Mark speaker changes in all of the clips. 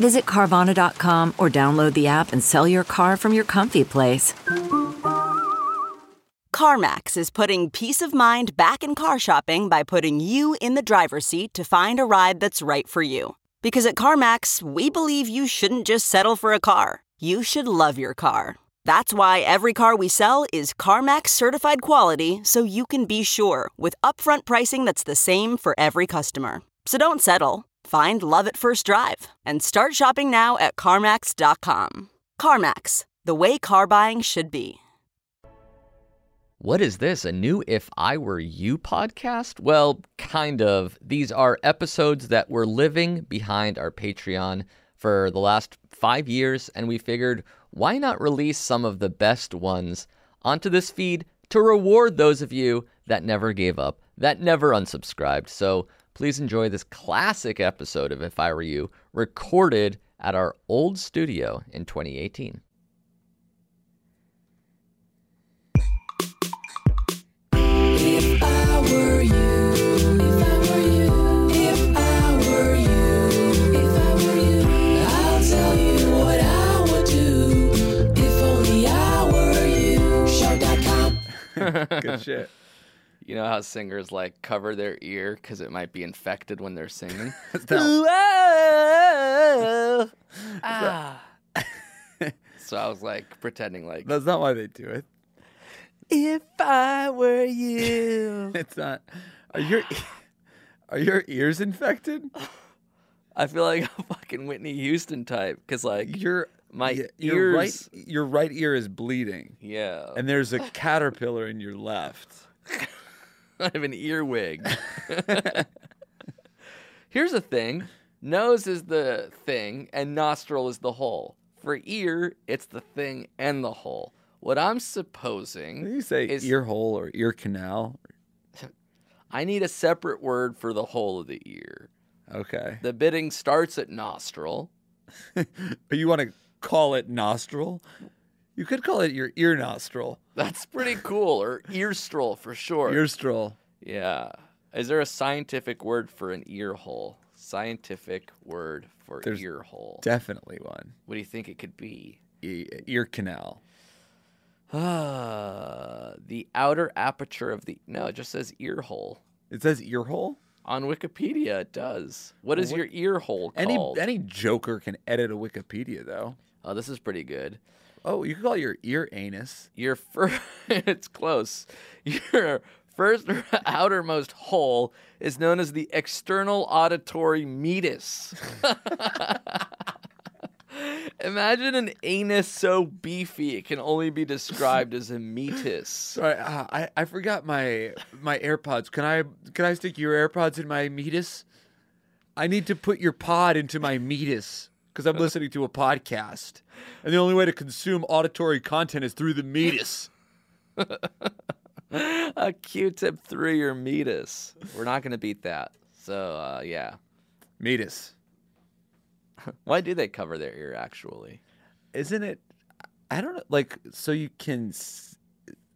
Speaker 1: Visit Carvana.com or download the app and sell your car from your comfy place.
Speaker 2: CarMax is putting peace of mind back in car shopping by putting you in the driver's seat to find a ride that's right for you. Because at CarMax, we believe you shouldn't just settle for a car, you should love your car. That's why every car we sell is CarMax certified quality so you can be sure with upfront pricing that's the same for every customer. So don't settle. Find love at first drive and start shopping now at CarMax.com. CarMax, the way car buying should be.
Speaker 3: What is this? A new If I Were You podcast? Well, kind of. These are episodes that we're living behind our Patreon for the last five years, and we figured why not release some of the best ones onto this feed to reward those of you that never gave up, that never unsubscribed. So please enjoy this classic episode of If I Were You, recorded at our old studio in 2018.
Speaker 4: Good shit.
Speaker 3: You know how singers like cover their ear because it might be infected when they're singing? Whoa! Ah. so I was like pretending like
Speaker 4: That's not why they do it.
Speaker 3: if I were you.
Speaker 4: It's not. Are your e-, are your ears infected?
Speaker 3: I feel like a fucking Whitney Houston type because like
Speaker 4: Your
Speaker 3: my
Speaker 4: yeah,
Speaker 3: ears.
Speaker 4: Your right, your right ear is bleeding,
Speaker 3: Yeah,
Speaker 4: and there's a caterpillar in your left.
Speaker 3: I have an earwig. Here's the thing: nose is the thing, and nostril is the hole. For ear, it's the thing and the hole. What I'm supposing
Speaker 4: What do you say
Speaker 3: is
Speaker 4: ear hole or ear canal?
Speaker 3: I need a separate word for the hole of the ear.
Speaker 4: Okay.
Speaker 3: The bidding starts at nostril.
Speaker 4: Or you want to call it nostril? You could call it your ear nostril,
Speaker 3: That's pretty cool, or earstrol for short.
Speaker 4: earstrol.
Speaker 3: Yeah. Is there a scientific word for an ear hole? Scientific word for
Speaker 4: There's
Speaker 3: ear hole.
Speaker 4: Definitely one.
Speaker 3: what do you think it could be?
Speaker 4: E- ear canal.
Speaker 3: Ah, the outer aperture of the no, it just says ear hole
Speaker 4: It says ear hole.
Speaker 3: on Wikipedia. It does. What is
Speaker 4: What-
Speaker 3: your ear hole
Speaker 4: Any
Speaker 3: called?
Speaker 4: any joker can edit a Wikipedia though.
Speaker 3: oh, this is pretty good.
Speaker 4: Oh, you could call your ear anus.
Speaker 3: Your first, it's close. Your first or outermost hole is known as the external auditory meatus. Imagine an anus so beefy it can only be described as a meatus.
Speaker 4: Sorry, uh, I I forgot my my AirPods. Can I can I stick your AirPods in my meatus? I need to put your pod into my meatus because I'm listening to a podcast, and the only way to consume auditory content is through the meatus.
Speaker 3: a Q-tip through your meatus. We're not gonna beat that. So uh, yeah,
Speaker 4: Meatus,
Speaker 3: why do they cover their ear actually?
Speaker 4: isn't it? I don't know. Like, so you can. s-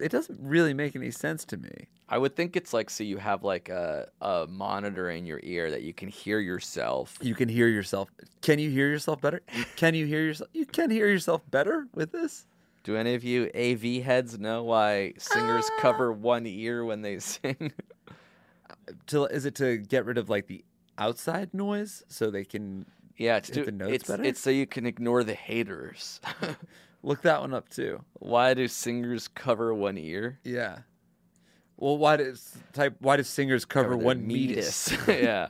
Speaker 4: It doesn't really make any sense to me.
Speaker 3: I would think it's like so you have like a, a monitor in your ear that you can hear yourself.
Speaker 4: You can hear yourself. Can you hear yourself better? Can you hear yourself? You can hear yourself better with this.
Speaker 3: Do any of you AV heads know why singers cover one ear when they sing?
Speaker 4: to is it to get rid of like the outside noise so they can
Speaker 3: yeah, it's to,
Speaker 4: Hit the notes
Speaker 3: it's,
Speaker 4: better?
Speaker 3: it's so you can ignore the haters.
Speaker 4: look that one up too
Speaker 3: why do singers cover one ear?
Speaker 4: yeah well why does type why do singers cover,
Speaker 3: cover their
Speaker 4: one meatus
Speaker 3: yeah.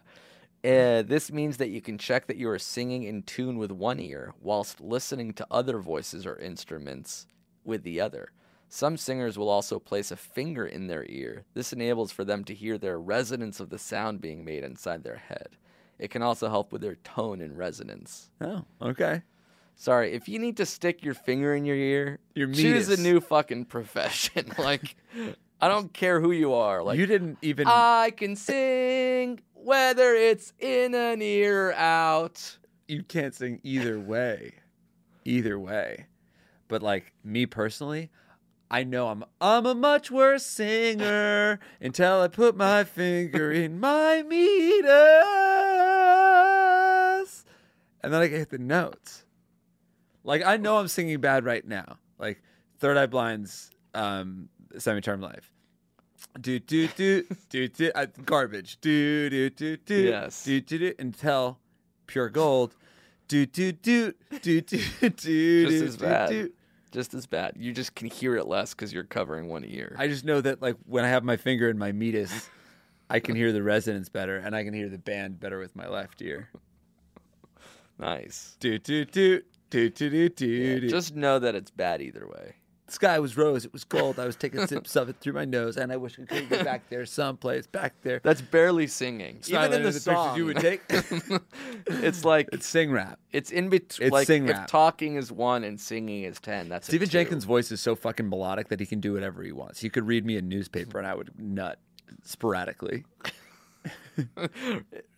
Speaker 3: Uh, this means that you can check that you are singing in tune with one ear whilst listening to other voices or instruments with the other. Some singers will also place a finger in their ear. This enables for them to hear their resonance of the sound being made inside their head. It can also help with their tone and resonance.
Speaker 4: oh okay
Speaker 5: Sorry, if you need to stick your finger in your ear,
Speaker 4: Your
Speaker 5: choose a
Speaker 4: meatus.
Speaker 5: new fucking profession. like, I don't care who you are. Like,
Speaker 4: you didn't even.
Speaker 3: uh,
Speaker 5: I can sing whether it's in an ear or out.
Speaker 4: you can't sing either way. Either way. But like me personally, I know I'm I'm a much worse singer until I put my finger in my meters. And then I can hit the notes. Like I know I'm singing bad right now. Like Third Eye Blind's um semi-term life. Do do do do do uh, garbage. Do do do do
Speaker 5: Yes.
Speaker 4: do do do until pure gold. Do do do do do do
Speaker 5: Just
Speaker 4: do
Speaker 5: as
Speaker 4: do,
Speaker 5: bad.
Speaker 4: do.
Speaker 5: Just as bad. You just can hear it less because you're covering one ear.
Speaker 4: I just know that like when I have my finger in my meatus, I can hear the resonance better and I can hear the band better with my left ear.
Speaker 5: nice.
Speaker 4: Do do do do do do do.
Speaker 5: Yeah,
Speaker 4: do.
Speaker 5: just know that it's bad either way.
Speaker 4: the sky was rose, it was gold. I was taking sips of it through my nose, and I wish I could get back there someplace, back there.
Speaker 5: That's barely singing.
Speaker 4: Smiling
Speaker 5: Even in
Speaker 4: under
Speaker 5: the,
Speaker 4: pictures
Speaker 5: song,
Speaker 4: you would take.
Speaker 5: it's like
Speaker 4: it's sing rap.
Speaker 5: it's in between.
Speaker 4: it's
Speaker 5: Like
Speaker 4: sing
Speaker 5: if
Speaker 4: rap.
Speaker 5: talking is one and singing is ten, that's a
Speaker 4: Stephen
Speaker 5: two.
Speaker 4: Jenkins' voice is so fucking melodic that he can do whatever he wants. He could read me a newspaper and I would nut sporadically.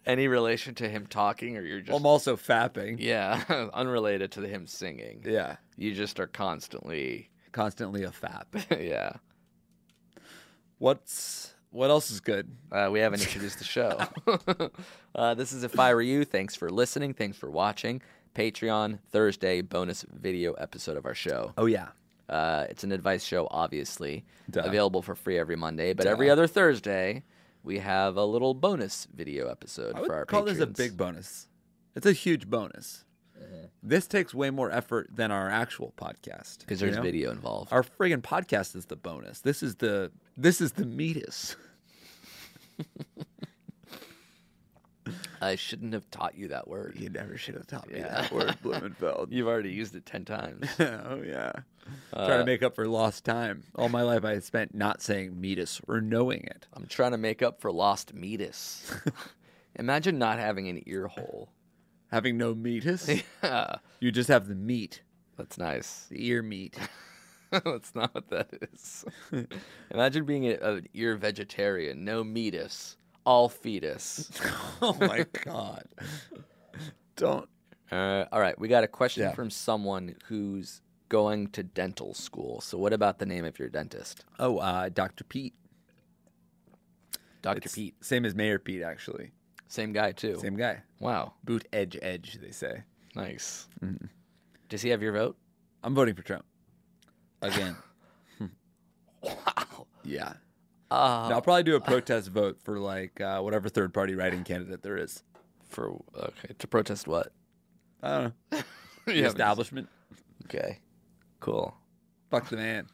Speaker 5: Any relation to him talking, or you're just
Speaker 4: I'm also fapping.
Speaker 5: yeah, unrelated to him singing.
Speaker 4: Yeah.
Speaker 5: You just are constantly
Speaker 4: Constantly a fap.
Speaker 5: yeah.
Speaker 4: What's what else is good?
Speaker 5: Uh, we haven't introduced the show. uh, this is If I Were You. Thanks for listening. Thanks for watching. Patreon Thursday bonus video episode of our show.
Speaker 4: Oh yeah.
Speaker 5: Uh, it's an advice show, obviously,
Speaker 4: Duh.
Speaker 5: available for free every Monday, but every other Thursday we have a little bonus video episode
Speaker 4: I
Speaker 5: for our
Speaker 4: would call this a
Speaker 5: patrons. Uh-huh.
Speaker 4: big bonus. It's a huge bonus. This takes way more effort than our actual podcast
Speaker 5: because
Speaker 4: you
Speaker 5: there's
Speaker 4: know?
Speaker 5: video involved.
Speaker 4: Our friggin' podcast is the bonus. This is the this is the meatus.
Speaker 5: I shouldn't have taught you that word.
Speaker 4: You never should have taught me
Speaker 5: Yeah.
Speaker 4: that word, Blumenfeld.
Speaker 5: You've already used it ten times. Uh,
Speaker 4: oh yeah. Trying to make up for lost time. All my life I spent not saying meatus or knowing it.
Speaker 5: I'm trying to make up for lost meatus. Imagine not having an ear hole.
Speaker 4: Having no meatus,
Speaker 5: Yeah,
Speaker 4: you just have the meat,
Speaker 5: that's nice.
Speaker 4: the ear meat.
Speaker 5: That's not what that is. Imagine being a, an ear vegetarian, no meatus, all fetus.
Speaker 4: oh my god. Don't
Speaker 5: Uh, all right, we got a question
Speaker 4: Yeah.
Speaker 5: from someone who's going to dental school. So, what about the name of your dentist,
Speaker 4: Oh, uh, Dr. Pete.
Speaker 5: Doctor
Speaker 4: It's
Speaker 5: Pete?
Speaker 4: Same as Mayor Pete, actually.
Speaker 5: Same guy too.
Speaker 4: Same guy.
Speaker 5: Wow,
Speaker 4: Boot edge edge, they say.
Speaker 5: nice.
Speaker 3: Mm-hmm.
Speaker 5: Does he have your vote?
Speaker 4: I'm voting for Trump. Again.
Speaker 5: Wow.
Speaker 4: yeah.
Speaker 5: Uh,
Speaker 4: No, I'll probably do a protest vote for like uh, whatever third party writing candidate there is.
Speaker 5: for okay to protest what?
Speaker 4: I don't know. The
Speaker 5: Yeah,
Speaker 4: establishment.
Speaker 5: Okay, cool.
Speaker 4: Fuck the man.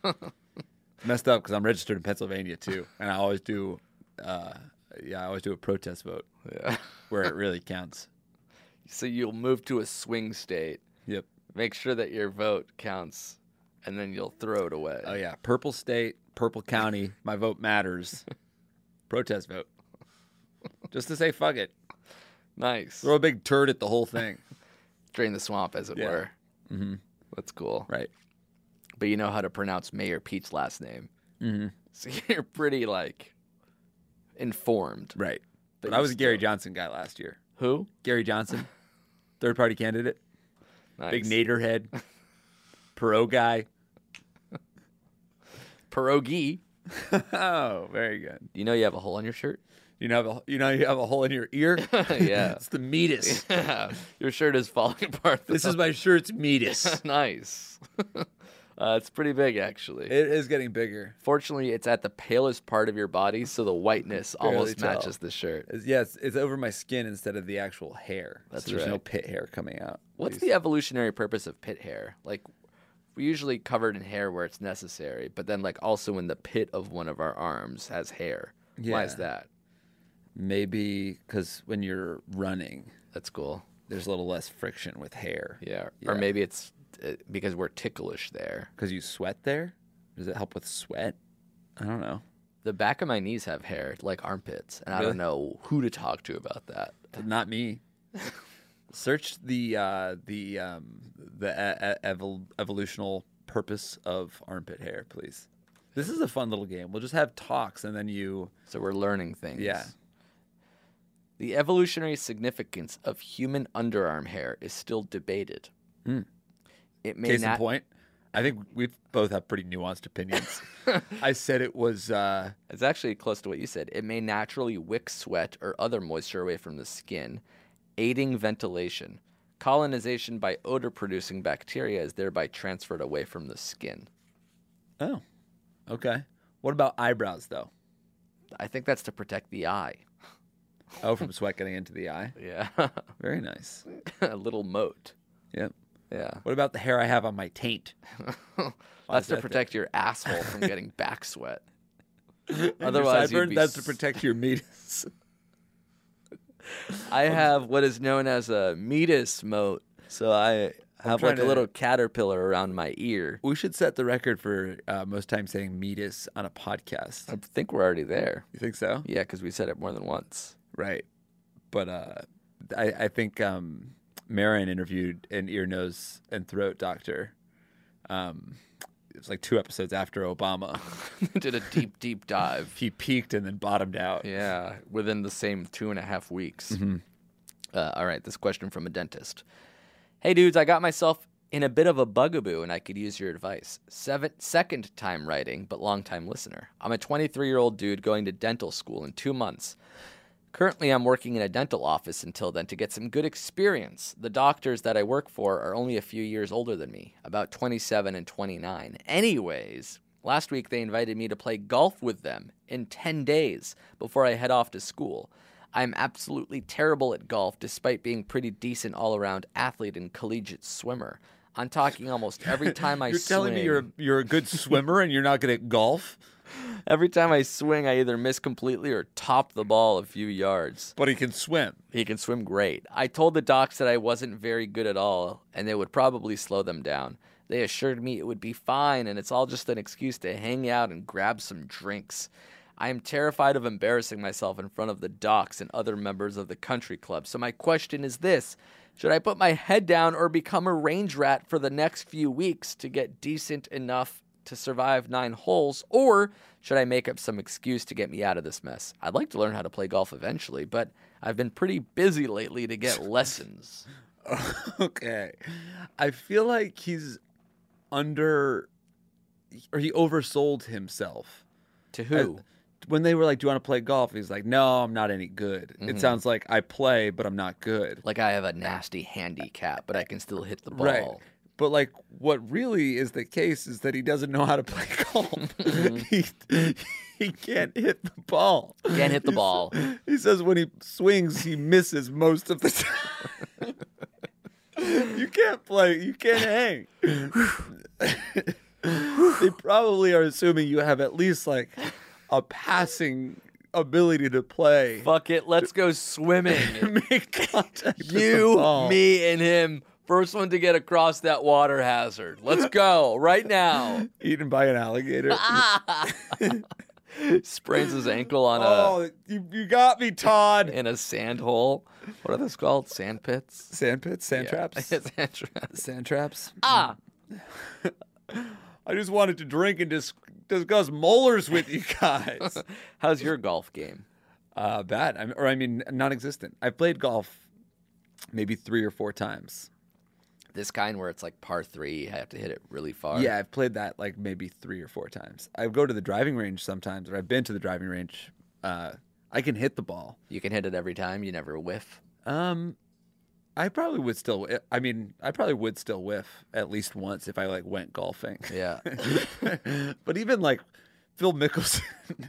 Speaker 4: Messed up because I'm registered in Pennsylvania too, and I always do. Uh, yeah, I always do a protest vote
Speaker 5: Yeah.
Speaker 4: where it really counts.
Speaker 5: So you'll move to a swing state.
Speaker 4: Yep.
Speaker 5: Make sure that your vote counts, and then you'll throw it away.
Speaker 4: Oh yeah, purple state, purple county. My vote matters. protest vote. Just to say fuck it.
Speaker 5: Nice.
Speaker 4: Throw a big turd at the whole thing.
Speaker 5: Drain the swamp, as it
Speaker 4: Yeah.
Speaker 5: were. Mm-hmm. That's cool.
Speaker 4: Right.
Speaker 5: But you know how to pronounce Mayor Pete's last name. Mm-hmm. So you're pretty, like, informed.
Speaker 4: Right. But,
Speaker 5: you
Speaker 4: I was a Gary Johnson guy last year.
Speaker 5: Who?
Speaker 4: Gary Johnson, third party candidate,
Speaker 5: Nice.
Speaker 4: big Nader head, Perot guy.
Speaker 5: Pierogi.
Speaker 4: Oh, very good.
Speaker 5: You know you have a hole on your shirt?
Speaker 4: You know, have a, you know, you have a hole in your ear.
Speaker 5: yeah.
Speaker 4: it's the meatus.
Speaker 5: your shirt is falling apart.
Speaker 4: This is my shirt's meatus.
Speaker 5: nice. uh, it's pretty big, actually.
Speaker 4: It is getting bigger.
Speaker 5: Fortunately, it's at the palest part of your body, so the whiteness
Speaker 4: Barely
Speaker 5: almost
Speaker 4: tell.
Speaker 5: matches the shirt.
Speaker 4: It's, yes, it's over my skin instead of the actual hair.
Speaker 5: That's
Speaker 4: so there's no
Speaker 5: right.
Speaker 4: pit hair coming out.
Speaker 5: What's the evolutionary purpose of pit hair? Like, we're usually covered in hair where it's necessary, but then, like, also in the pit of one of our arms has hair. Why is
Speaker 4: Yeah.
Speaker 5: that?
Speaker 4: Maybe because when you're running,
Speaker 5: That's cool.
Speaker 4: there's a little less friction with hair.
Speaker 5: Yeah. Or maybe it's uh, because we're ticklish there.
Speaker 4: Because you sweat there? Does it help with sweat? I don't know.
Speaker 5: The back of my knees have hair, like armpits, and I don't know who to talk to about that.
Speaker 4: Not me. Search the uh, the um, the e- e- evol- evolutional purpose of armpit hair, please. This is a fun little game. We'll just have talks, and then you.
Speaker 5: So we're learning things.
Speaker 4: Yeah.
Speaker 5: The evolutionary significance of human underarm hair is still debated. It may
Speaker 4: Hmm. Case
Speaker 5: not
Speaker 4: in point, I think we both have pretty nuanced opinions. I said it was. Uh,
Speaker 5: It's actually close to what you said. It may naturally wick sweat or other moisture away from the skin, aiding ventilation. Colonization by odor producing bacteria is thereby transferred away from the skin.
Speaker 4: oh, okay. What about eyebrows, though?
Speaker 5: I think that's to protect the eye.
Speaker 4: Oh, from sweat getting into the eye.
Speaker 5: Yeah.
Speaker 4: Very nice.
Speaker 5: A little moat.
Speaker 4: Yep.
Speaker 5: Yeah.
Speaker 4: What about the hair I have on my taint?
Speaker 5: That's to
Speaker 4: that
Speaker 5: protect your asshole from getting back sweat.
Speaker 4: And your
Speaker 5: Otherwise, you'd
Speaker 4: sideburn?
Speaker 5: be
Speaker 4: that's to
Speaker 5: s-
Speaker 4: protect your meatus.
Speaker 5: I have what is known as a meatus moat. So I have
Speaker 4: trying
Speaker 5: like a
Speaker 4: to-
Speaker 5: little caterpillar around my ear.
Speaker 4: we should set the record for uh, most time saying meatus on a podcast.
Speaker 5: I think we're already there.
Speaker 4: You think so?
Speaker 5: Yeah, because we said it more than once.
Speaker 4: Right. But uh, I, I think um, Marin interviewed an ear, nose, and throat doctor. Um, it was like two episodes after Obama.
Speaker 5: Did a deep, deep dive.
Speaker 4: he peaked and then bottomed out.
Speaker 5: Yeah, within the same two and a half weeks. Uh, all right, this question from a dentist. Hey, dudes, I got myself in a bit of a bugaboo and I could use your advice. Seven, second time writing, but long time listener. I'm a 23 year old dude going to dental school in two months. Currently, I'm working in a dental office until then to get some good experience. The doctors that I work for are only a few years older than me, about 27 and 29. Anyways, last week they invited me to play golf with them in 10 days before I head off to school. I'm absolutely terrible at golf despite being pretty decent all around athlete and collegiate swimmer. I'm talking almost every time I
Speaker 4: You're
Speaker 5: swing.
Speaker 4: telling me you're a, you're a good swimmer and you're not good at golf?
Speaker 5: every time I swing, I either miss completely or top the ball a few yards.
Speaker 4: But he can swim.
Speaker 5: He can swim great. I told the docs that I wasn't very good at all and they would probably slow them down. They assured me it would be fine and it's all just an excuse to hang out and grab some drinks. I am terrified of embarrassing myself in front of the docs and other members of the country club. So my question is this should I put my head down or become a range rat for the next few weeks to get decent enough to survive nine holes, or should I make up some excuse to get me out of this mess? I'd like to learn how to play golf eventually, but I've been pretty busy lately to get lessons.
Speaker 4: okay. I feel like he's under or he oversold himself.
Speaker 5: To who?
Speaker 4: When they were like, Do you want to play golf? He's like, No, I'm not any good. It sounds like I play, but I'm not good.
Speaker 5: like I have a nasty handicap, but I can still hit the ball.
Speaker 4: Right. But like what really is the case is that he doesn't know how to play golf. he, he can't hit the ball.
Speaker 5: Can't hit the
Speaker 4: He s-
Speaker 5: ball.
Speaker 4: He says when he swings, he misses most of the time. you can't play, you can't hang. they probably are assuming you have at least like a passing ability to play.
Speaker 5: Fuck it, let's go swimming.
Speaker 4: Make contact with the
Speaker 5: you,
Speaker 4: ball.
Speaker 5: me, and him. First one to get across that water hazard. Let's go right now.
Speaker 4: eaten by an alligator. Uh,
Speaker 5: Sprains his ankle on a
Speaker 4: Oh, you, you got me, Todd.
Speaker 5: in a sand hole. What are those called? Sand pits?
Speaker 4: Sand pits, sand traps,
Speaker 5: Sand traps.
Speaker 4: sand traps.
Speaker 5: Ah,
Speaker 4: I just wanted to drink and dis- discuss molars with you guys.
Speaker 5: how's your golf game?
Speaker 4: uh, bad, I'm, or I mean, non-existent. I've played golf maybe three or four times.
Speaker 5: This kind where it's like par three, I have to hit it really far.
Speaker 4: Yeah, I've played that like maybe three or four times. I go to the driving range sometimes, or I've been to the driving range. Uh, I can hit the ball.
Speaker 5: you can hit it every time. You never whiff.
Speaker 4: Um, I probably would still. I mean, I probably would still whiff at least once if I like went golfing.
Speaker 5: Yeah,
Speaker 4: but even like Phil Mickelson,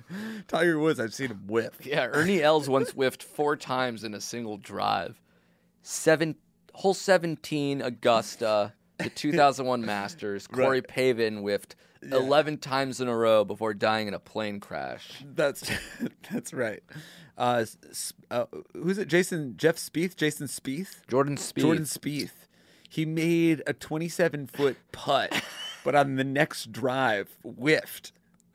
Speaker 4: Tiger Woods, I've seen him whip.
Speaker 5: yeah. Ernie Els once whiffed four times in a single drive. Seven whole seventeen Augusta, the 2001 Masters. Corey Pavin whiffed. 11 times in a row before dying in a plane crash.
Speaker 4: That's that's right. Uh, s- s- uh, who's it? Jason Jeff Spieth. Jason Spieth.
Speaker 5: Jordan Spieth.
Speaker 4: Jordan Spieth. He made a 27 foot putt, but on the next drive whiffed.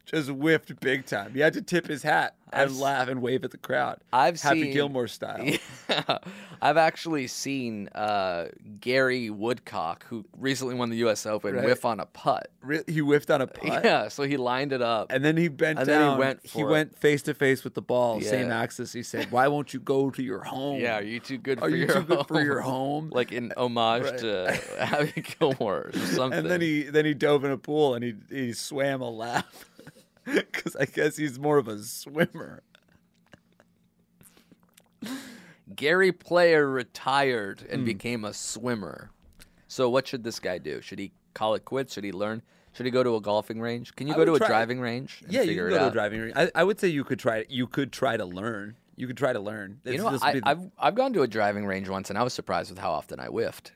Speaker 4: just whiffed big time. You had to tip his hat and
Speaker 5: I've s-
Speaker 4: laugh and wave at the crowd.
Speaker 5: I've
Speaker 4: Happy
Speaker 5: seen-
Speaker 4: Gilmore style.
Speaker 5: Yeah. I've actually seen uh, Gary Woodcock, who recently won the U.S. Open,
Speaker 4: Right.
Speaker 5: whiff on a putt.
Speaker 4: Re- He whiffed on a putt.
Speaker 5: Yeah, so he lined it up.
Speaker 4: And then he bent
Speaker 5: And then he
Speaker 4: down.
Speaker 5: went for it.
Speaker 4: went face to face with the ball,
Speaker 5: Yeah.
Speaker 4: same axis. He said, "Why won't you go to your home?
Speaker 5: yeah, are you too good
Speaker 4: Are
Speaker 5: for
Speaker 4: you
Speaker 5: your
Speaker 4: too
Speaker 5: home?
Speaker 4: good for your home?"
Speaker 5: Like in homage
Speaker 4: Right.
Speaker 5: to Happy Gilmore or something.
Speaker 4: and then he then he dove in a pool and he he swam a lap because I guess he's more of a swimmer.
Speaker 5: Gary Player retired
Speaker 4: Hmm.
Speaker 5: and became a swimmer. So what should this guy do? Should he call it quits? Should he learn? Should he go to a golfing range? Can you
Speaker 4: I
Speaker 5: go to
Speaker 4: would
Speaker 5: a
Speaker 4: try-
Speaker 5: driving range? And
Speaker 4: yeah, you
Speaker 5: figure
Speaker 4: can
Speaker 5: it
Speaker 4: go to a
Speaker 5: out?
Speaker 4: driving range. I, I would say you could try you could try to learn. You could try to learn.
Speaker 5: You
Speaker 4: It's-
Speaker 5: know,
Speaker 4: this would
Speaker 5: I,
Speaker 4: be the-
Speaker 5: I've I've gone to a driving range once, and I was surprised with how often I whiffed.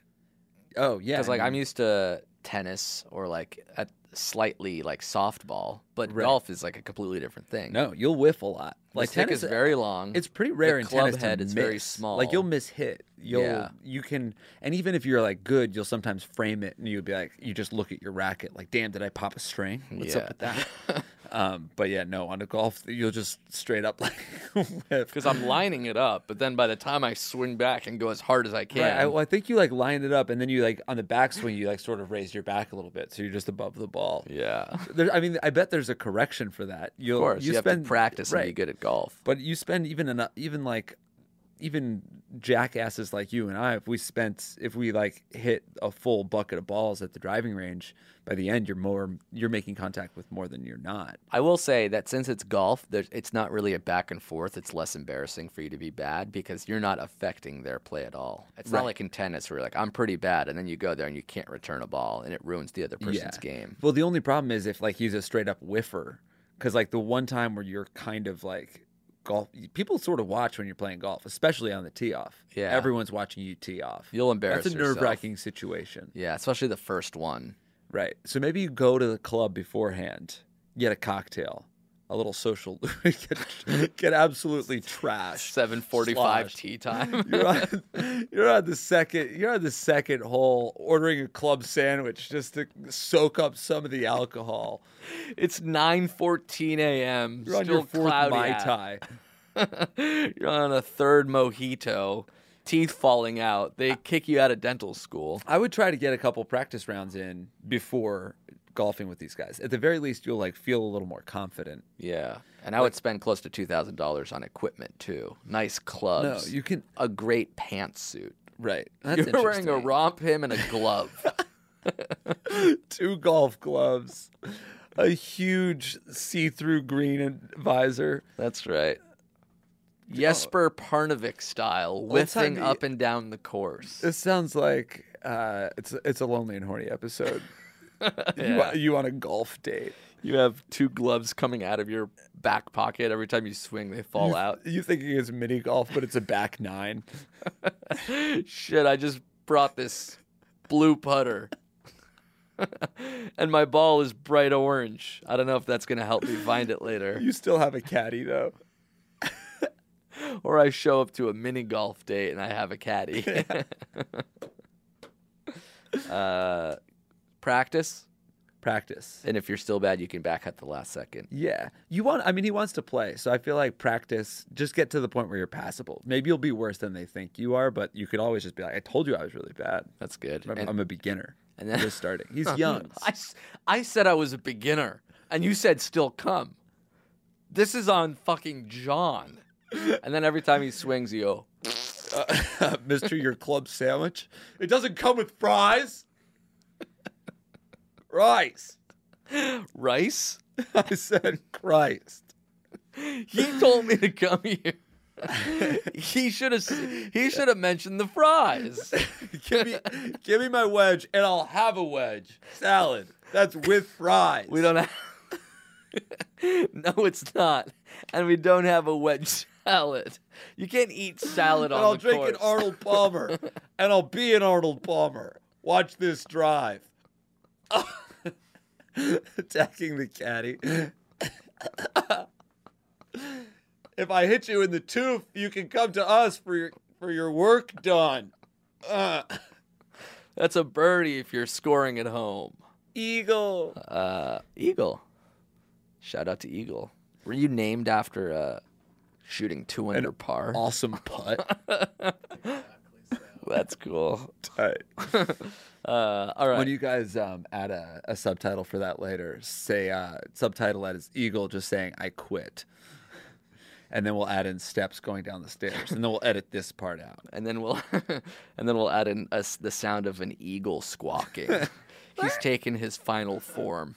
Speaker 4: oh yeah,
Speaker 5: Because like
Speaker 4: I
Speaker 5: I'm
Speaker 4: mean,
Speaker 5: used to tennis or like a slightly like softball, but
Speaker 4: Right.
Speaker 5: golf is like a completely different thing.
Speaker 4: no, you'll whiff a lot.
Speaker 5: like
Speaker 4: Like
Speaker 5: stick
Speaker 4: tennis uh,
Speaker 5: is very long.
Speaker 4: It's pretty rare
Speaker 5: the
Speaker 4: in
Speaker 5: club
Speaker 4: tennis to
Speaker 5: head is very
Speaker 4: miss.
Speaker 5: small.
Speaker 4: Like you'll miss hit. You'll
Speaker 5: Yeah.
Speaker 4: you can and even if you're like good, you'll sometimes frame it and you'll be like you just look at your racket like, damn, did I pop a string? What's
Speaker 5: Yeah.
Speaker 4: up with that? um, but yeah, no, on a golf you'll just straight up like whiff.
Speaker 5: because I'm lining it up, but then by the time I swing back and go as hard as I can,
Speaker 4: Right, I, well, I think you like lined it up, and then you like on the backswing, you like sort of raise your back a little bit, so you're just above the ball.
Speaker 5: yeah.
Speaker 4: There, I mean, I bet there's a correction for that. You'll,
Speaker 5: Of course, you,
Speaker 4: spend,
Speaker 5: have to practice and be
Speaker 4: right.
Speaker 5: good at golf.
Speaker 4: But you spend even enough, even like, even jackasses like you and I, if we spent, if we like hit a full bucket of balls at the driving range, by the end you're more, you're making contact with more than you're not.
Speaker 5: I will say that since it's golf, there's, it's not really a back and forth. It's less embarrassing for you to be bad because you're not affecting their play at all. It's not
Speaker 4: Right.
Speaker 5: like in tennis where you're like, I'm pretty bad, and then you go there and you can't return a ball, and it ruins the other person's game.
Speaker 4: Well, the only problem is if like he's a straight up whiffer, because like the one time where you're kind of like golf, people sort of watch when you're playing golf, especially on the tee off.
Speaker 5: Yeah.
Speaker 4: everyone's watching you tee off.
Speaker 5: You'll embarrass
Speaker 4: That's a
Speaker 5: yourself.
Speaker 4: nerve wracking situation.
Speaker 5: Yeah, especially the first one.
Speaker 4: Right. So maybe you go to the club beforehand, get a cocktail, a little social, get, get absolutely trashed.
Speaker 5: 7:45
Speaker 4: sloshed.
Speaker 5: tea time.
Speaker 4: You're on, you're on the second. You're on the second hole, ordering a club sandwich just to soak up some of the alcohol.
Speaker 5: it's 9:14 a.m.
Speaker 4: You're on
Speaker 5: still
Speaker 4: your fourth
Speaker 5: cloudy
Speaker 4: mai
Speaker 5: out.
Speaker 4: tai.
Speaker 5: You're on a third mojito, teeth falling out. They kick you out of dental school.
Speaker 4: I would try to get a couple practice rounds in before golfing with these guys. At the very least, you'll like feel a little more confident.
Speaker 5: Yeah, and I would spend close to two thousand dollars on equipment too. Nice
Speaker 4: No,
Speaker 5: clubs.
Speaker 4: you can.
Speaker 5: a great pantsuit.
Speaker 4: Right.
Speaker 5: You're wearing a
Speaker 4: interesting.
Speaker 5: romp him and a glove.
Speaker 4: two golf gloves, a huge see-through green and visor.
Speaker 5: That's right.
Speaker 4: Oh.
Speaker 5: Jesper Parnevik style, whiffing
Speaker 4: time
Speaker 5: up and down the course.
Speaker 4: This sounds like uh, it's it's a lonely and horny episode. you,
Speaker 5: Yeah.
Speaker 4: on- you on a golf date?
Speaker 5: You have two gloves coming out of your back pocket every time you swing; they fall
Speaker 4: you,
Speaker 5: out.
Speaker 4: You thinking it's mini golf, but it's a back nine.
Speaker 5: Shit! I just brought this blue putter, and my ball is bright orange. I don't know if that's gonna help me find it later.
Speaker 4: You still have a caddy though.
Speaker 5: Or I show up to a mini golf date and I have a caddy. uh, practice,
Speaker 4: Practice.
Speaker 5: and if you're still bad, you can back at the last second.
Speaker 4: Yeah, you want. I mean, he wants to play, so I feel like practice. Just get to the point where you're passable. Maybe you'll be worse than they think you are, but you could always just be like, "I told you I was really bad.
Speaker 5: That's good.
Speaker 4: I'm,
Speaker 5: And-
Speaker 4: I'm a beginner.
Speaker 5: and
Speaker 4: And
Speaker 5: then-
Speaker 4: just starting. He's young.
Speaker 5: I, s- I said I was a beginner, and you said still come. This is on fucking John. And then every time he swings, you go,
Speaker 4: Mister, your club sandwich. It doesn't come with fries. Rice.
Speaker 5: Rice?
Speaker 4: I said, Christ.
Speaker 5: He told me to come here. he should have he should have mentioned the fries.
Speaker 4: Give me, give me my wedge, and I'll have a wedge salad. That's with fries.
Speaker 5: We don't have. no, it's not, and we don't have a wedge salad. You can't eat salad
Speaker 4: And
Speaker 5: on
Speaker 4: I'll
Speaker 5: the
Speaker 4: drink an
Speaker 5: course.
Speaker 4: Arnold Palmer, and I'll be an Arnold Palmer. Watch this drive. Attacking the caddy. if I hit you in the tooth, you can come to us for your for your work done. Uh,
Speaker 5: That's a birdie if you're scoring at home.
Speaker 4: eagle.
Speaker 5: Uh, eagle. Shout out to Eagle. Were you named after uh, shooting two under par?
Speaker 4: Awesome putt.
Speaker 5: That's cool. Uh, all
Speaker 4: When
Speaker 5: right.
Speaker 4: you guys um, add a, a subtitle for that later, say uh, subtitle that is Eagle just saying I quit, and then we'll add in steps going down the stairs, and then we'll edit this part out.
Speaker 5: and then we'll and then we'll add in a s the sound of an eagle squawking. He's taken his final form.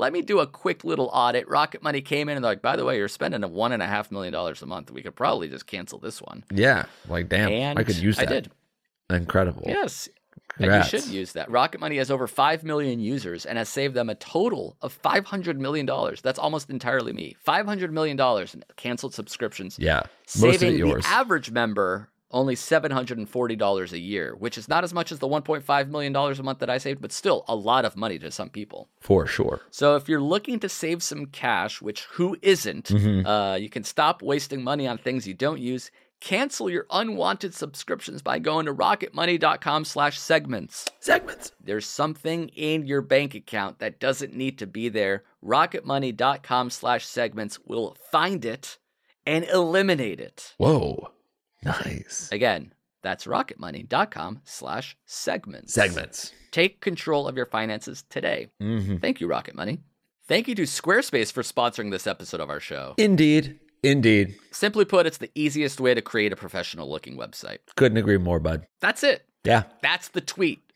Speaker 5: Let me do a quick little audit. Rocket Money came in and they're like, by the way, you're spending a one and a half million dollars a month. We could probably just cancel this one.
Speaker 3: Yeah, like damn,
Speaker 5: and
Speaker 3: I could use
Speaker 5: I
Speaker 3: that.
Speaker 5: did.
Speaker 3: Incredible.
Speaker 5: Yes.
Speaker 3: Congrats.
Speaker 5: And you should use that. Rocket Money has over 5 million users and has saved them a total of $500 million. That's almost entirely me. $500 million in canceled subscriptions.
Speaker 3: Yeah,
Speaker 5: Saving
Speaker 3: most of it yours.
Speaker 5: the average member only $740 a year, which is not as much as the $1.5 million a month that I saved, but still a lot of money to some people.
Speaker 3: for sure.
Speaker 5: So if you're looking to save some cash, which who isn't, uh, you can stop wasting money on things you don't use. Cancel your unwanted subscriptions by going to rocketmoney.com slash segments.
Speaker 3: Segments.
Speaker 5: There's something in your bank account that doesn't need to be there. Rocketmoney.com slash segments will find it and eliminate it.
Speaker 3: Whoa, nice
Speaker 5: Again, that's rocketmoney.com slash segments.
Speaker 3: segments.
Speaker 5: Take control of your finances today.
Speaker 3: Mm-hmm.
Speaker 5: Thank you, Rocket Money. Thank you to Squarespace for sponsoring this episode of our show.
Speaker 3: Indeed, indeed.
Speaker 5: Simply put, it's the easiest way to create a professional looking website.
Speaker 3: Couldn't agree more, bud.
Speaker 5: That's it.
Speaker 3: Yeah.
Speaker 5: That's the tweet.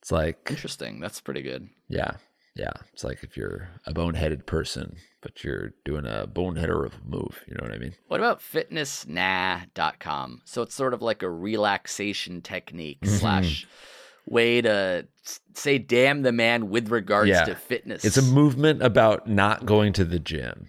Speaker 3: It's like
Speaker 5: Interesting. That's pretty good.
Speaker 3: Yeah. Yeah. It's like if you're a boneheaded person, but you're doing a boneheader of a move. You know what I mean?
Speaker 5: What about fitnessnah.com? So it's sort of like a relaxation technique
Speaker 3: Mm-hmm.
Speaker 5: slash way to s- say damn the man with regards
Speaker 3: Yeah.
Speaker 5: to fitness.
Speaker 3: It's a movement about not going to the gym.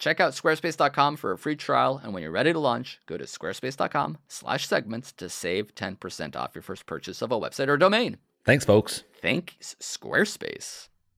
Speaker 5: check out squarespace.com for a free trial. And when you're ready to launch, go to squarespace.com slash segments to save 10% off your first purchase of a website or domain.
Speaker 3: Thanks, folks.
Speaker 5: Thanks, Squarespace.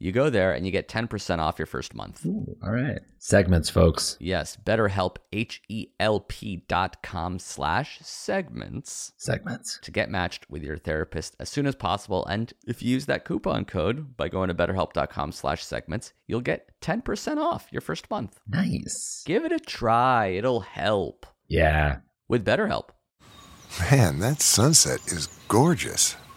Speaker 3: You go there and you get 10% off your first month.
Speaker 6: Ooh, all right. Segments, folks.
Speaker 3: Yes, betterhelp, H-E-L-P dot com slash segments
Speaker 6: Segments.
Speaker 3: to get matched with your therapist as soon as possible. And if you use that coupon code by going to betterhelp.com slash segments, you'll get 10% off your first month.
Speaker 6: Nice.
Speaker 3: Give it a try. It'll help
Speaker 6: Yeah.
Speaker 3: with BetterHelp.
Speaker 7: Man, that sunset is gorgeous.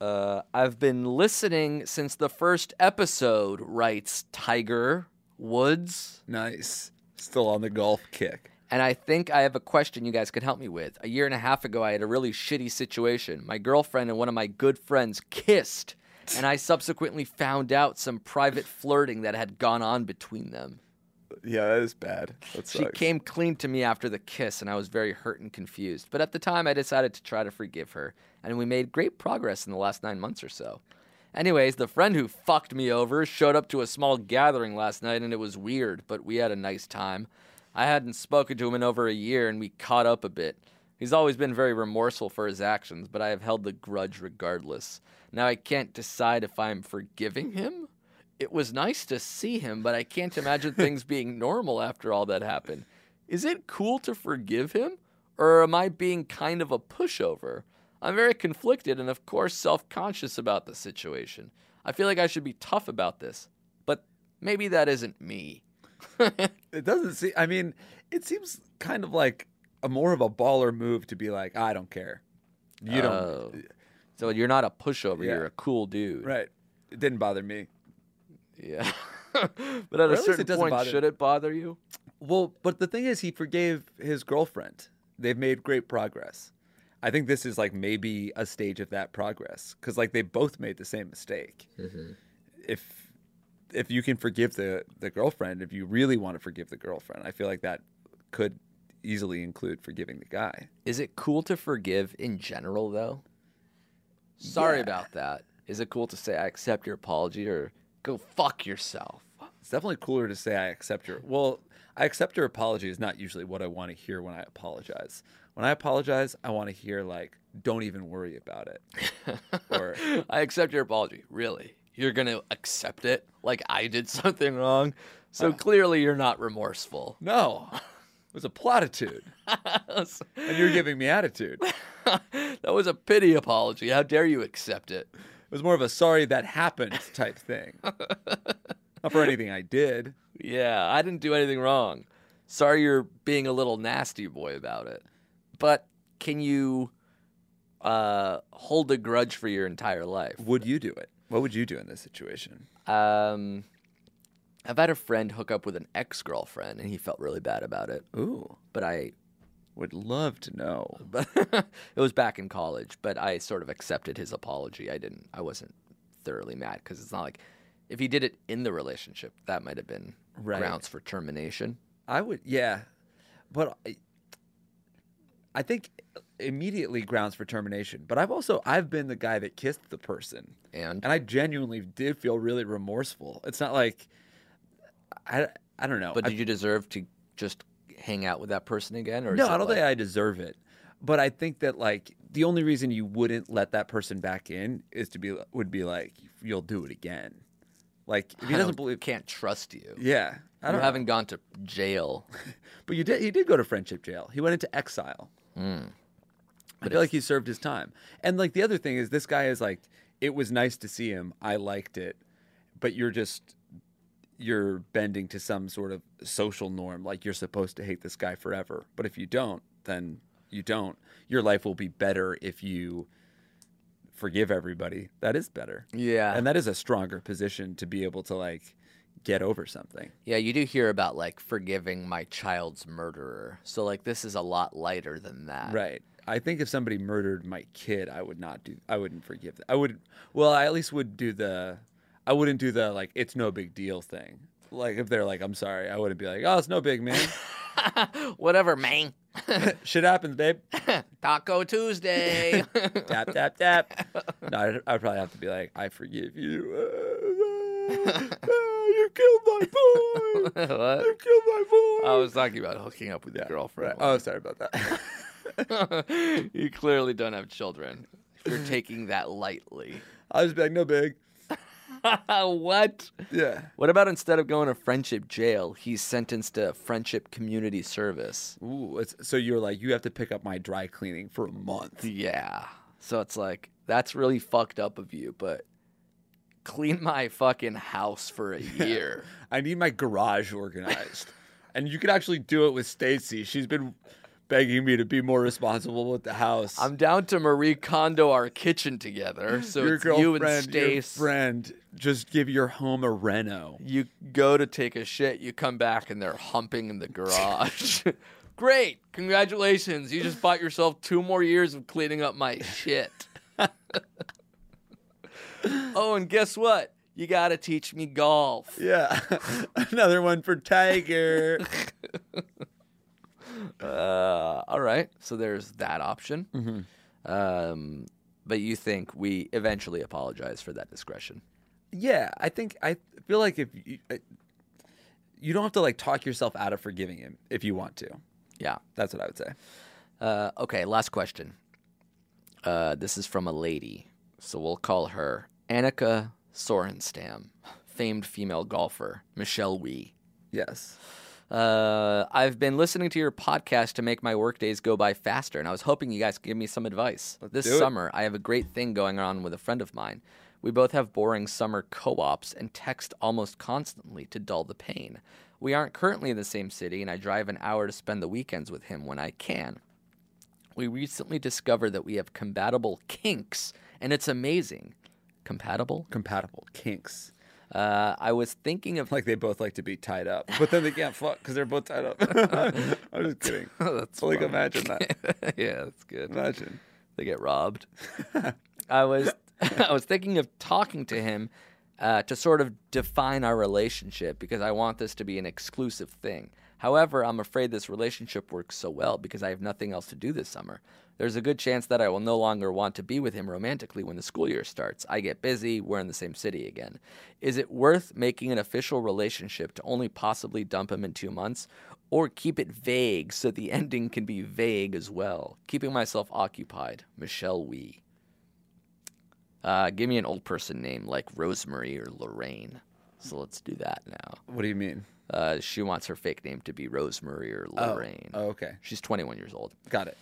Speaker 5: Uh, I've been listening since the first episode, writes Tiger Woods.
Speaker 4: Nice. Still on the golf kick.
Speaker 5: And I think I have a question you guys could help me with. A year and a half ago, I had a really shitty situation. My girlfriend and one of my good friends kissed, and I subsequently found out some private flirting that had gone on between them.
Speaker 4: Yeah, that is bad. That
Speaker 5: She
Speaker 4: sucks.
Speaker 5: came clean to me after the kiss, and I was very hurt and confused. But at the time, I decided to try to forgive her, and we made great progress in the last nine months or so. Anyways, the friend who fucked me over showed up to a small gathering last night, and it was weird, but we had a nice time. I hadn't spoken to him in over a year, and we caught up a bit. He's always been very remorseful for his actions, but I have held the grudge regardless. Now I can't decide if I'm forgiving him it was nice to see him, but I can't imagine things being normal after all that happened. Is it cool to forgive him, or am I being kind of a pushover? I'm very conflicted and, of course, self conscious about the situation. I feel like I should be tough about this, but maybe that isn't me.
Speaker 4: It doesn't seem. I mean, it seems kind of like a more of a baller move to be like, I don't care. You don't.
Speaker 5: Oh. So you're not a pushover,
Speaker 4: Yeah.
Speaker 5: you're a cool dude.
Speaker 4: Right. It didn't bother me.
Speaker 5: Yeah. but at
Speaker 4: least it
Speaker 5: a certain
Speaker 4: doesn't
Speaker 5: point,
Speaker 4: bother-
Speaker 5: should it bother you?
Speaker 4: Well, but the thing is, he forgave his girlfriend. They've made great progress. I think this is like maybe a stage of that progress because like they both made the same mistake. If if you can forgive the the girlfriend, if you really want to forgive the girlfriend, I feel like that could easily include forgiving the guy.
Speaker 5: Is it cool to forgive in general, though? Sorry about that. Is it cool to say I accept your apology or go fuck yourself?
Speaker 4: It's definitely cooler to say I accept your. Well, I accept your apology is not usually what I want to hear when I apologize. When I apologize, I want to hear like, "Don't even worry about it," or
Speaker 5: I accept your apology. Really? You're going to accept it like I did something wrong? So clearly you're not remorseful.
Speaker 4: "No, it was a platitude," and you're giving me attitude. It
Speaker 5: that was a pity apology. How dare you accept it?
Speaker 4: was more of a "sorry that happened" type thing, not for anything I did.
Speaker 5: Yeah, I didn't do anything wrong. Sorry you're being a little nasty boy about it. But can you uh, hold a grudge for your entire life?
Speaker 4: Would you do it? What would you do in this situation?
Speaker 5: Um, I've had a friend hook up with an ex girlfriend, and he felt really bad about it.
Speaker 4: Ooh,
Speaker 5: But I,
Speaker 4: would love to know.
Speaker 5: it was back in college. But I sort of accepted his apology. I didn't. I wasn't thoroughly mad because it's not like if he did it in the relationship, that might have been
Speaker 4: Right.
Speaker 5: grounds for termination.
Speaker 4: I would, yeah, but I, I think immediately grounds for termination. But I've also I've been the guy that kissed the person,
Speaker 5: And
Speaker 4: and I genuinely did feel really remorseful. It's not like I I don't know.
Speaker 5: but
Speaker 4: I-
Speaker 5: did you deserve to just hang out with that person again? Or is
Speaker 4: no,
Speaker 5: it
Speaker 4: I don't
Speaker 5: like-
Speaker 4: think I deserve it. But I think that like the only reason you wouldn't let that person back in is to be would be like you'll do it again. Like if he
Speaker 5: I
Speaker 4: doesn't
Speaker 5: don't-
Speaker 4: believe,
Speaker 5: can't trust you.
Speaker 4: yeah, I don't
Speaker 3: you
Speaker 4: know.
Speaker 3: haven't gone to jail.
Speaker 4: But you did. He did go to friendship jail. He went into exile. I feel like he served his time. And like the other thing is, this guy is like, it was nice to see him. I liked it, but you're just you're bending to some sort of social norm. Like you're supposed to hate this guy forever. But if you don't, then you don't. Your life will be better if you forgive everybody. That is better.
Speaker 3: Yeah.
Speaker 4: And that is a stronger position to be able to like get over something.
Speaker 3: Yeah, you do hear about like forgiving my child's murderer. So like this is a lot lighter than that.
Speaker 4: Right. I think if somebody murdered my kid, I would not do. I wouldn't forgive. Them. I would. Well, I at least would do the. I wouldn't do the like it's no big deal thing. Like if they're like I'm sorry, I wouldn't be like oh it's no big man.
Speaker 3: Whatever, man.
Speaker 4: Shit happens, babe.
Speaker 3: Taco Tuesday.
Speaker 4: tap tap tap. No, I'd, I'd probably have to be like I forgive you. Uh, uh, uh, you killed my boy.
Speaker 3: What?
Speaker 4: You killed my boy.
Speaker 5: I was talking about hooking up with your
Speaker 4: Right.
Speaker 5: girlfriend.
Speaker 4: Oh, sorry about that.
Speaker 5: you clearly don't have children. If you're taking that lightly.
Speaker 4: I was like no big.
Speaker 5: what?
Speaker 4: Yeah.
Speaker 5: What about instead of going to friendship jail, he's sentenced to friendship community service?
Speaker 4: Ooh, it's, so you're like you have to pick up my dry cleaning for a month.
Speaker 5: Yeah. So it's like, that's really fucked up of you, but clean my fucking house for a year.
Speaker 4: I need my garage organized. and you could actually do it with Stacy. She's been begging me to be more responsible with the house.
Speaker 5: I'm down to Marie Kondo our kitchen together. So
Speaker 4: your
Speaker 5: it's you and
Speaker 4: girlfriend, your
Speaker 5: Stace.
Speaker 4: friend, just give your home a reno.
Speaker 5: You go to take a shit, you come back and they're humping in the garage. Great. Congratulations. You just bought yourself two more years of cleaning up my shit. oh, and guess what? You got to teach me golf.
Speaker 4: Yeah. Another one for Tiger.
Speaker 5: Uh, all right. So there's that option. Um, but you think we eventually apologize for that discretion.
Speaker 4: yeah, I think I feel like if you, I- you don't have to like talk yourself out of forgiving him if you want to.
Speaker 5: Yeah.
Speaker 4: That's what I would say.
Speaker 5: Uh, okay, last question. Uh, this is from a lady, so we'll call her Annika Sorenstam, famed female golfer, Michelle Wee.
Speaker 4: Yes.
Speaker 5: Uh, I've been listening to your podcast to make my workdays go by faster, and I was hoping you guys could give me some advice. this
Speaker 4: do it.
Speaker 5: summer, I have a great thing going on with a friend of mine. We both have boring summer co ops and text almost constantly to dull the pain. We aren't currently in the same city, and I drive an hour to spend the weekends with him when I can. We recently discovered that we have compatible kinks, and it's amazing. Compatible?
Speaker 4: Compatible kinks.
Speaker 5: Uh, I was thinking of
Speaker 4: Like they both like to be tied up, but then they can't fuck because they're both tied up. I'm just kidding. That's like imagine that.
Speaker 5: yeah, that's Oh, good.
Speaker 4: Imagine.
Speaker 5: they get robbed. I was I was thinking of talking to him uh, to sort of define our relationship because I want this to be an exclusive thing. However, I'm afraid this relationship works so well because I have nothing else to do this summer. There's a good chance that I will no longer want to be with him romantically when the school year starts. I get busy, we're in the same city again. Is it worth making an official relationship to only possibly dump him in two months? or keep it vague so the ending can be vague as well. Keeping myself occupied, Michelle Wee. Uh, give me an old person name like Rosemary or Lorraine. So let's do that now.
Speaker 4: What do you mean?
Speaker 5: Uh, she wants her fake name to be Rosemary or Lorraine.
Speaker 4: Oh, okay.
Speaker 5: She's 21 years old.
Speaker 4: Got it.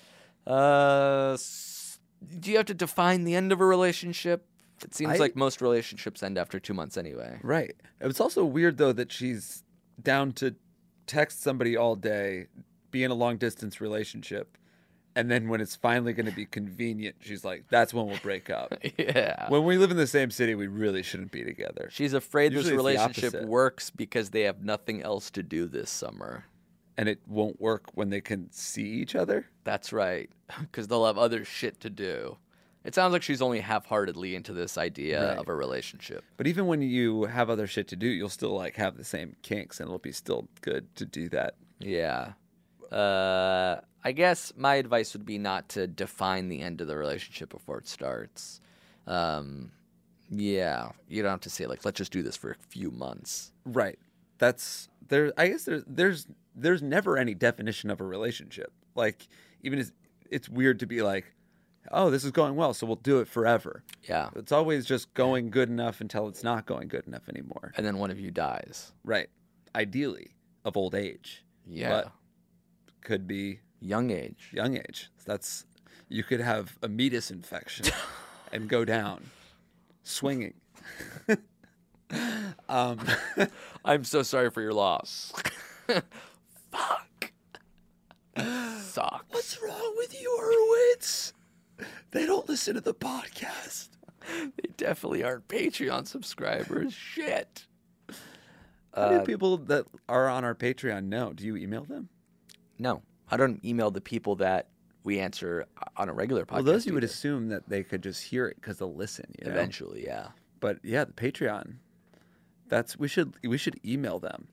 Speaker 5: Uh, s- do you have to define the end of a relationship? It seems
Speaker 4: I-
Speaker 5: like most relationships end after two months anyway.
Speaker 4: Right. It was also weird though that she's down to text somebody all day, be in a long distance relationship, and then when it's finally going to be convenient, she's like, "That's when we'll break up."
Speaker 5: Yeah.
Speaker 4: When we live in the same city, we really shouldn't be together.
Speaker 5: She's afraid this
Speaker 4: Usually it's the
Speaker 5: relationship
Speaker 4: opposite.
Speaker 5: works because they have nothing else to do this summer.
Speaker 4: And it won't work when they can see each other.
Speaker 5: That's right, because they'll have other shit to do. It sounds like she's only half heartedly into this idea
Speaker 4: Right.
Speaker 5: of a relationship.
Speaker 4: But even when you have other shit to do, you'll still like have the same kinks, and it'll be still good to do that.
Speaker 5: Yeah. Uh, I guess my advice would be not to define the end of the relationship before it starts. Um, yeah, you don't have to say like, let's just do this for a few months.
Speaker 4: Right. That's there. I guess there's there's there's never any definition of a relationship. Like even it's, it's weird to be like, oh, this is going well, so we'll do it forever.
Speaker 5: Yeah,
Speaker 4: It's always just going good enough until it's not going good enough anymore.
Speaker 5: and then one of you dies.
Speaker 4: Right. Ideally, of old age.
Speaker 5: Yeah.
Speaker 4: But could be
Speaker 5: Young age.
Speaker 4: young age. That's you could have a meatus infection and go down swinging. um,
Speaker 5: I'm so sorry for your loss. Fuck. Sucks.
Speaker 4: What's wrong with you, Hurwitz? They don't listen to the podcast.
Speaker 5: They definitely aren't Patreon subscribers. Shit.
Speaker 4: How
Speaker 5: Uh,
Speaker 4: do people that are on our Patreon know? Do you email them?
Speaker 5: No, I don't email the people that we answer on a regular podcast.
Speaker 4: Well, those you would
Speaker 5: either.
Speaker 4: assume that they could just hear it because they'll listen. You know?
Speaker 5: eventually, yeah.
Speaker 4: but yeah, the Patreon. That's we should we should email them.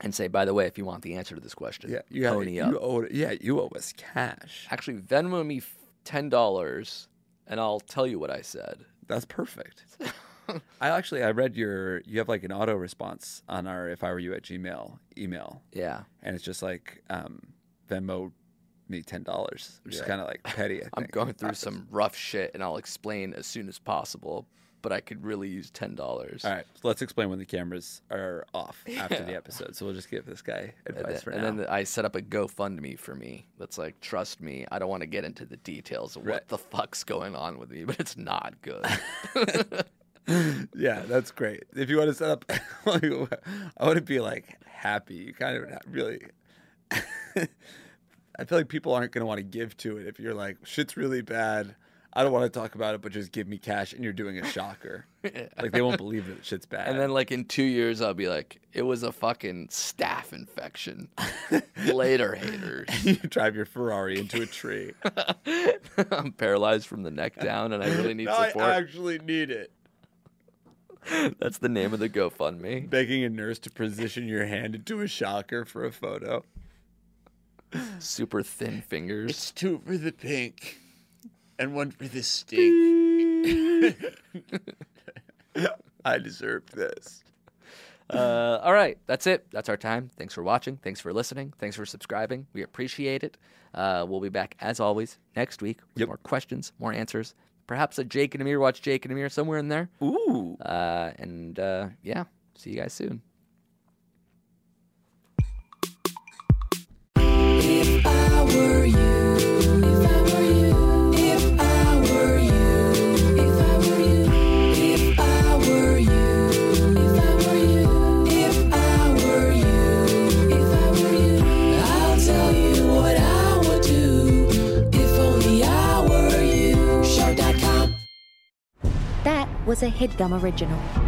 Speaker 5: And say, by the way, if you want the answer to this question,
Speaker 4: Yeah, you, gotta,
Speaker 5: pony
Speaker 4: you
Speaker 5: up.
Speaker 4: owe yeah you owe us cash.
Speaker 5: Actually, Venmo me f- ten dollars, and I'll tell you what I said.
Speaker 4: That's perfect. I actually I read your you have like an auto response on our if I were you at Gmail email
Speaker 5: Yeah,
Speaker 4: and it's just like um, Venmo me ten dollars, which is kind of like petty. I
Speaker 5: I'm
Speaker 4: think.
Speaker 5: going through some rough shit, and I'll explain as soon as possible. But I could really use ten dollars.
Speaker 4: All right, so let's explain when the cameras are off after the episode. So we'll just give this guy advice
Speaker 5: And then,
Speaker 4: for
Speaker 5: and
Speaker 4: now.
Speaker 5: then I set up a GoFundMe for me. That's like, trust me, I don't want to get into the details of what
Speaker 4: Right.
Speaker 5: the fuck's going on with me, but it's not good.
Speaker 4: yeah, that's great. If you want to set up, I wouldn't be like happy. You kind of not really. I feel like people aren't going to want to give to it if you're like shit's really bad. I don't want to talk about it, but just give me cash, and you're doing a shocker. Like they won't believe that shit's bad.
Speaker 5: and then, like in two years, I'll be like, it was a fucking staph infection. Later, haters.
Speaker 4: you drive your Ferrari into a tree.
Speaker 5: I'm paralyzed from the neck down, and I really need
Speaker 4: No, I
Speaker 5: support.
Speaker 4: actually need it.
Speaker 5: That's the name of the GoFundMe.
Speaker 4: Begging a nurse to position your hand into a shocker for a photo.
Speaker 5: Super thin fingers.
Speaker 4: two for the pink and one for the stink. I deserve this.
Speaker 5: Uh, all right, that's it. That's our time. Thanks for watching. Thanks for listening. Thanks for subscribing. We appreciate it. Uh, we'll be back as always next week with more questions, more answers, perhaps a Jake and Amir watch Jake and Amir somewhere in there.
Speaker 4: Ooh.
Speaker 5: Uh, and uh, yeah, see you guys soon.
Speaker 8: That was a headgum original.